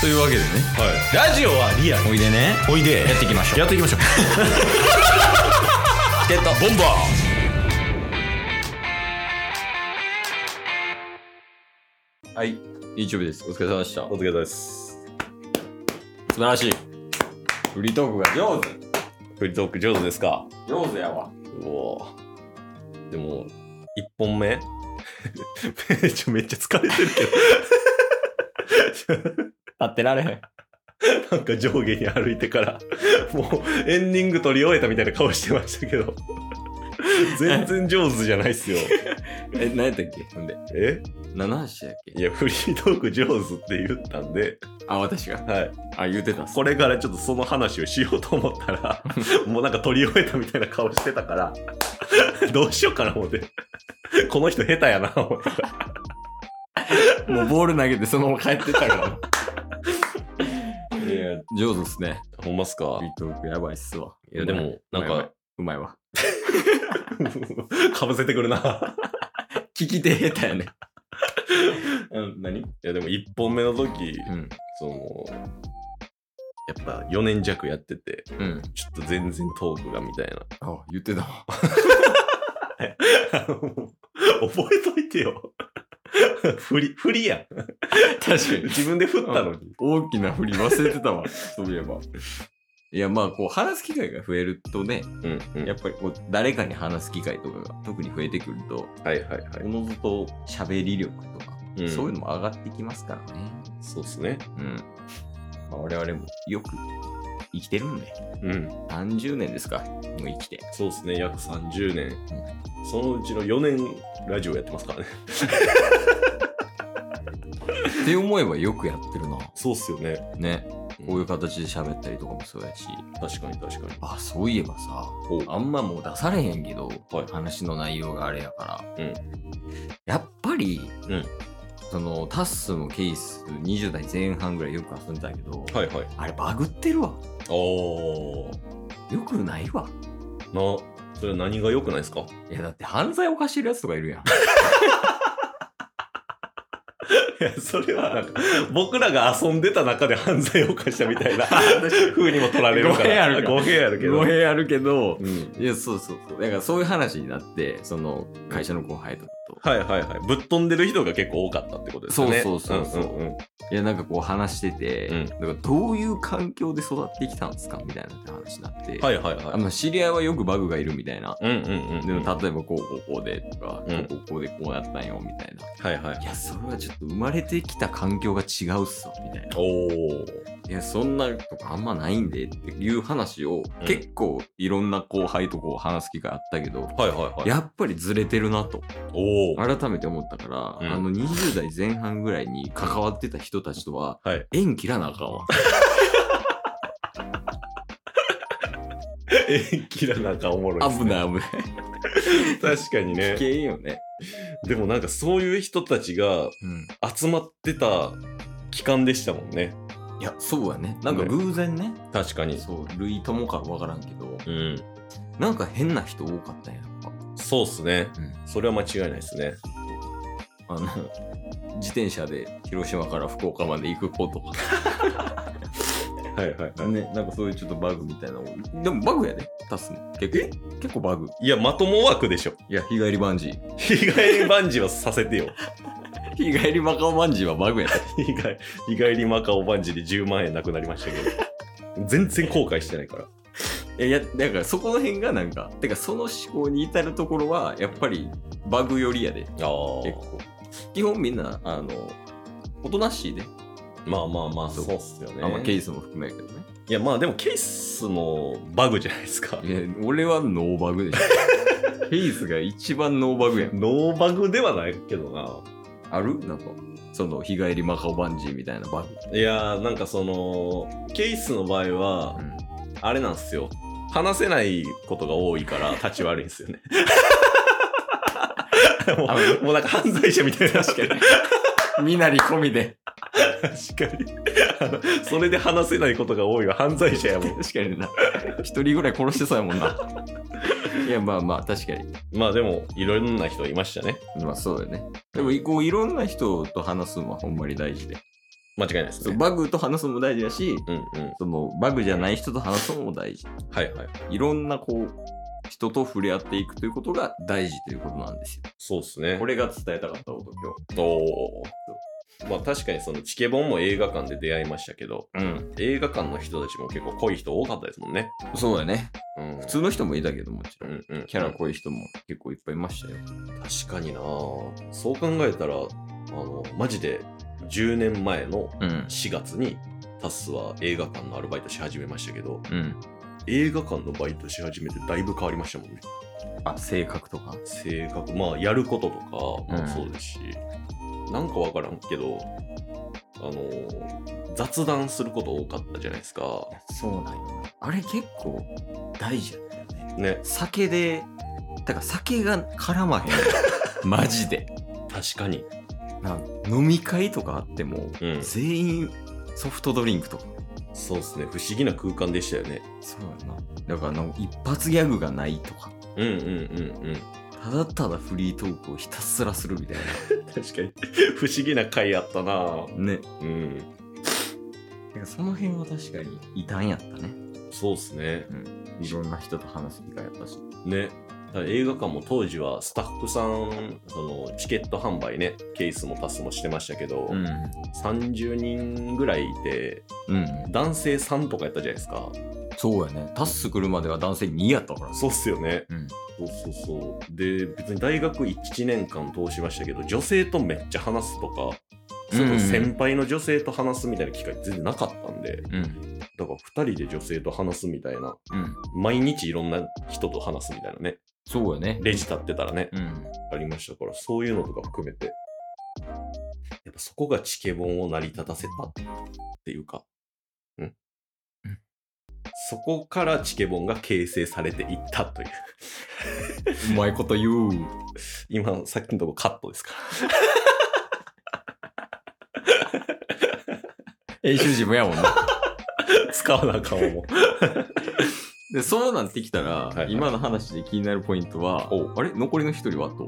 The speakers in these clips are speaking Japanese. というわけでねラジオはリアルおいでねおいでやっていきましょうやっていきましょうチケットボンバーはい日曜日ですお疲れ様でしたお疲れ様です素晴らしいフリートークが上手フリートーク上手ですか上手やわうおーでも1本目ちょ めっちゃ疲れてるけど立ってられへんなんか上下に歩いてからもうエンディング撮り終えたみたいな顔してましたけど全然上手じゃないっす よえ何やったっけほんでえ何の話だっけいやフリートーク上手って言ったんで、あ私がはい、あ言うてたっすこれからちょっとその話をしようと思った らもうなんか撮り終えたみたいな顔してたから どうしようかな思ってこの人下手やな思ってもうボール投げてそのまま帰ってったからいや 上手っすねほんますかフリートークやばいっすわいやでもうまいうなんまかいうまいわかぶせてくるな聞き手下手やね うん何いやでも1本目の時うんそのやっぱ4年弱やっててうんちょっと全然トークがみたいなあ言ってたわあの覚えといてよ振り振りやん確かに自分で振ったのに大きな振り忘れてたわ そういえばいやまあこう話す機会が増えるとねうん、うんやっぱりこう誰かに話す機会とかが特に増えてくるとはいはいはい、おのずと喋り力とか、うんそういうのも上がってきますからねそうっすねうん、まあ、我々もよく生きてるんでうん30年ですかもう生きてそうですね、約30年。そのうちの4年、ラジオやってますからね。 って思えばよくやってるなそうっすよね。ねこういう形で喋ったりとかもそうやし確かに確かに。あそういえばさおあんまもう出されへんけど、はい話の内容があれやから、うんやっぱり、うんそのタッスもケイス20代前半ぐらいよく遊んでたけど、はいはい。あれバグってるわおよくないわー。な、それは何が良くないですか いやだって犯罪犯してるやつとかいる やんいや、それはなんか、 僕らが遊んでた中で犯罪を犯したみた いな風にも取られるから。語弊あるか語弊あるけど。語弊あるけどうん。いやそうそうそうだからそういう話になってその会社の後輩とかと、はいはいはい。ぶっ飛んでる人が結構多かったってことですよね。そうそうそうそうんんんいやなんかこう話してて、うんだからどういう環境で育ってきたんですかみたいなって話になって、はいはいあはい。の知り合いはよくバグがいるみたいなうんうんうん。でも例えばこうこうこうでとか、うんこうこうこうでこうやったんよみたいな。はいはいい。や、それはちょっと生まれてきた環境が違うっすわ、みたいな。おー。いや、そんなとかあんまないんでっていう話を、うん結構いろんな後輩とこう話す機会あったけど、はいはいはい。やっぱりずれてるなと、おー。改めて思ったから、うんあの20代前半ぐらいに関わってた人たちとは、はい。縁切らなあかんわ。え、キラなんかおもろいっす危ね。ない危ない。確かにね。危険よね。でもなんかそういう人たちがうん。集まってた期間でしたもんね。いや、そうやね。なんか偶然ね。確かに。そう、類ともかわからんけど、うん。なんか変な人多かったんや、やっぱ。そうっすね。うんそれは間違いないですね。あの、自転車で広島から福岡まで行く子とはいはいか、ね、なんかそういうちょっとバグみたいなの多いでもバグやね、タスも。結構、結構バグ。い。いや、まとも枠 でしょ。いや、日帰りバンジー。日帰りバンジーはさせてよ。 日帰りマカオバンジーはバグやね。日帰日帰りマカオバンジーで10万円なくなりましたけど。全然後悔してないから。いや、いやだからそこの辺がなんか、てかその思考に至るところは、やっぱりバグよりやで、ああ結構。基本みんな、あの、おとなしいね。まあまあまあ、そそううっすよね。あんまケースも含めやけどね。いや、まあでもケースのバグじゃないですか。いや、俺はノーバグでし ょ。ケースが一番ノーバグやん。ノーバグではないけどな。 あるなんか、その日帰りマカオバンジーみたいなバグ。いやーなんかそのケースの場合は、あれなんですよ話せないことが多いから立ち悪いんですよ ねもあのうもうなんか犯罪者みたいな確かに。 身なり込みで。確かにあのそれで話せないことが多いは犯罪者やもん確かにな。一人ぐらい殺してそうやもんな。いや、まあまあ、確かに。まあでもいろんな人いましたねまあそうよね。でも、こう、いろんな人と話すのはほんまに大事で。間違いないですそうね。バグと話すのも大事だし、うんうん。そのバグじゃない人と話すのも大事。はいはい。いろんなこう、人と触れ合っていくということが大事ということなんですよ。そうですね。これが伝えたかったこと、今おーまあ確かにそのチケボンも映画館で出会いましたけど、日。うん。映画館の人たちも結構濃い人多かったですもんね。そうだね。うん、普普通の人もいたけどもちろん。うんうん、キャラ濃い人も結構いっぱいいましたよ。確かになそう考えたら、あの、マジで10年前のうん。 4月にタスは映画館のアルバイトし始めましたけど、うん。映画館のバイトし始めてだいぶ変わりましたもんね。あ、性格とか。性格、まあやることとかもそうですし、なんかわからんけど、あの、雑談すること多かったじゃないですか。そうなんよ。あれ結構大事やね。ね、酒で、だから酒が絡まへん。 マジで。確かに。なんか飲み会とかあっても、うん。全員ソフトドリンクとか。そうですね。不思議な空間でしたよね。そうやな。だからなんか一発ギャグがないとか。うんうんうんうん。ただただフリートークをひたすらするみたい確かに。 不思議な回あったなな。ね。うん。だからその辺は確かに異端やったね。そうですね。いろんな人と話す機会やったし。ね。だから映画館も当時はスタッフさん、そのチケット販売ね、ケースもタスもしてましたけど、うん。 30人ぐらいいて、うん。男性3とかやったじゃないですか。そうやね。タッス来るまでは男性2やったからそうっすよね。うん。そうそうそう。で、別に大学1年間通しましたけど、女性とめっちゃ話すとか、そうんの先輩の女性と話すみたいな機会全然なかったんで、うん。だから2人で女性と話すみたいな、うん。毎日いろんな人と話すみたいなね、そうやね。レジ立ってたらね、うん。ありましたから、そういうのとか含めて、やっぱそこがチケボンを成り立たせたっていうか、んそこからチケボンが形成されていったという。 うまいこと言う。今、さっきのとこカットですから。 編集時もやもんな。使わなあかん もん。で、そうなってきたら、いはい今の話で気になるポイントはお、あれ残りの一人はと、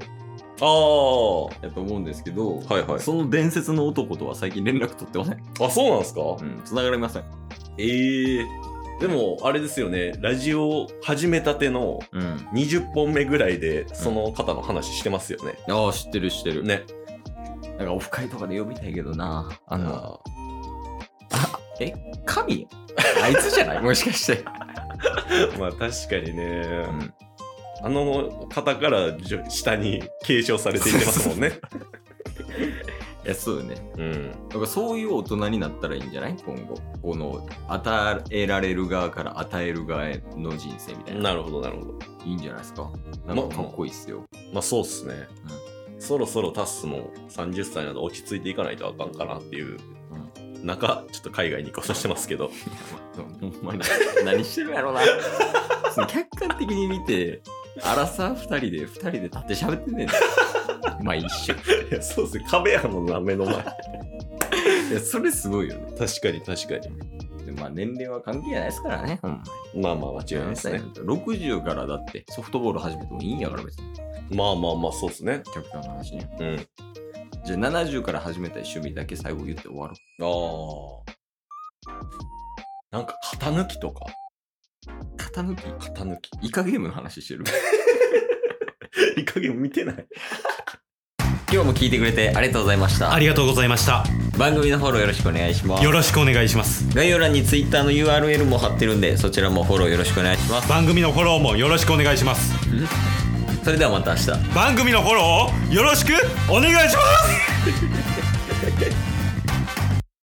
あやと思うんですけど、はいはいその伝説の男とは最近連絡取ってません。あ。あ、そうなんですか、うん、繋がりません。ええでも、あれですよね、ラジオ始めたてのうん。 20本目ぐらいで、その方の話してますよね。ああ、知ってる知ってる。ね。 なんかオフ会とかで呼びたいけどな。あの、あ神あいつじゃ ないもしかして。ーまあ、確かにね。あの方からじょ下に継承されていってますも んね。いや、そうよね。うん。だからそういう大人になったらいいんじゃない今後。この、与えられる側から与える側への人生みたいな。なるほど、なるほど。いいんじゃないですか。なんかかっこいいっすよ。まあそうっすね。そろそろタッスも30歳など落ち着いていかないとあかんかなっていう中、ちょっと海外に行こうとしてますけど。うん。ほんまに。 何してるやろな。その客観的に見て、あらさ二人で、二人で立って喋ってんねんな。まあ一緒。いや、 そうっすね。壁やもんな、目の前。いや、それすごいよね。 確かに確かに。でまあ年齢は関係ないですからね。ほんまにまあまあ間違いないですね。 60からだってソフトボール始めてもいいんやから別にまあまあまあそうっすね。極端な話ねうん。じゃあ70から始めたい趣味だけ最後言って終わろああ。なんか型抜きとか。う型抜き型抜き。イカゲームの話してる いい加減見てない。今日も聞いてくれてありがとうございましたありがとうございました。番組のフォローよろしくお願いしますよろしくお願いします。概要欄に Twitter の URL も貼ってるんでそちらもフォローよろしくお願いします番組のフォローもよろしくお願いします。それではまた明日番組のフォローをよろしくお願いします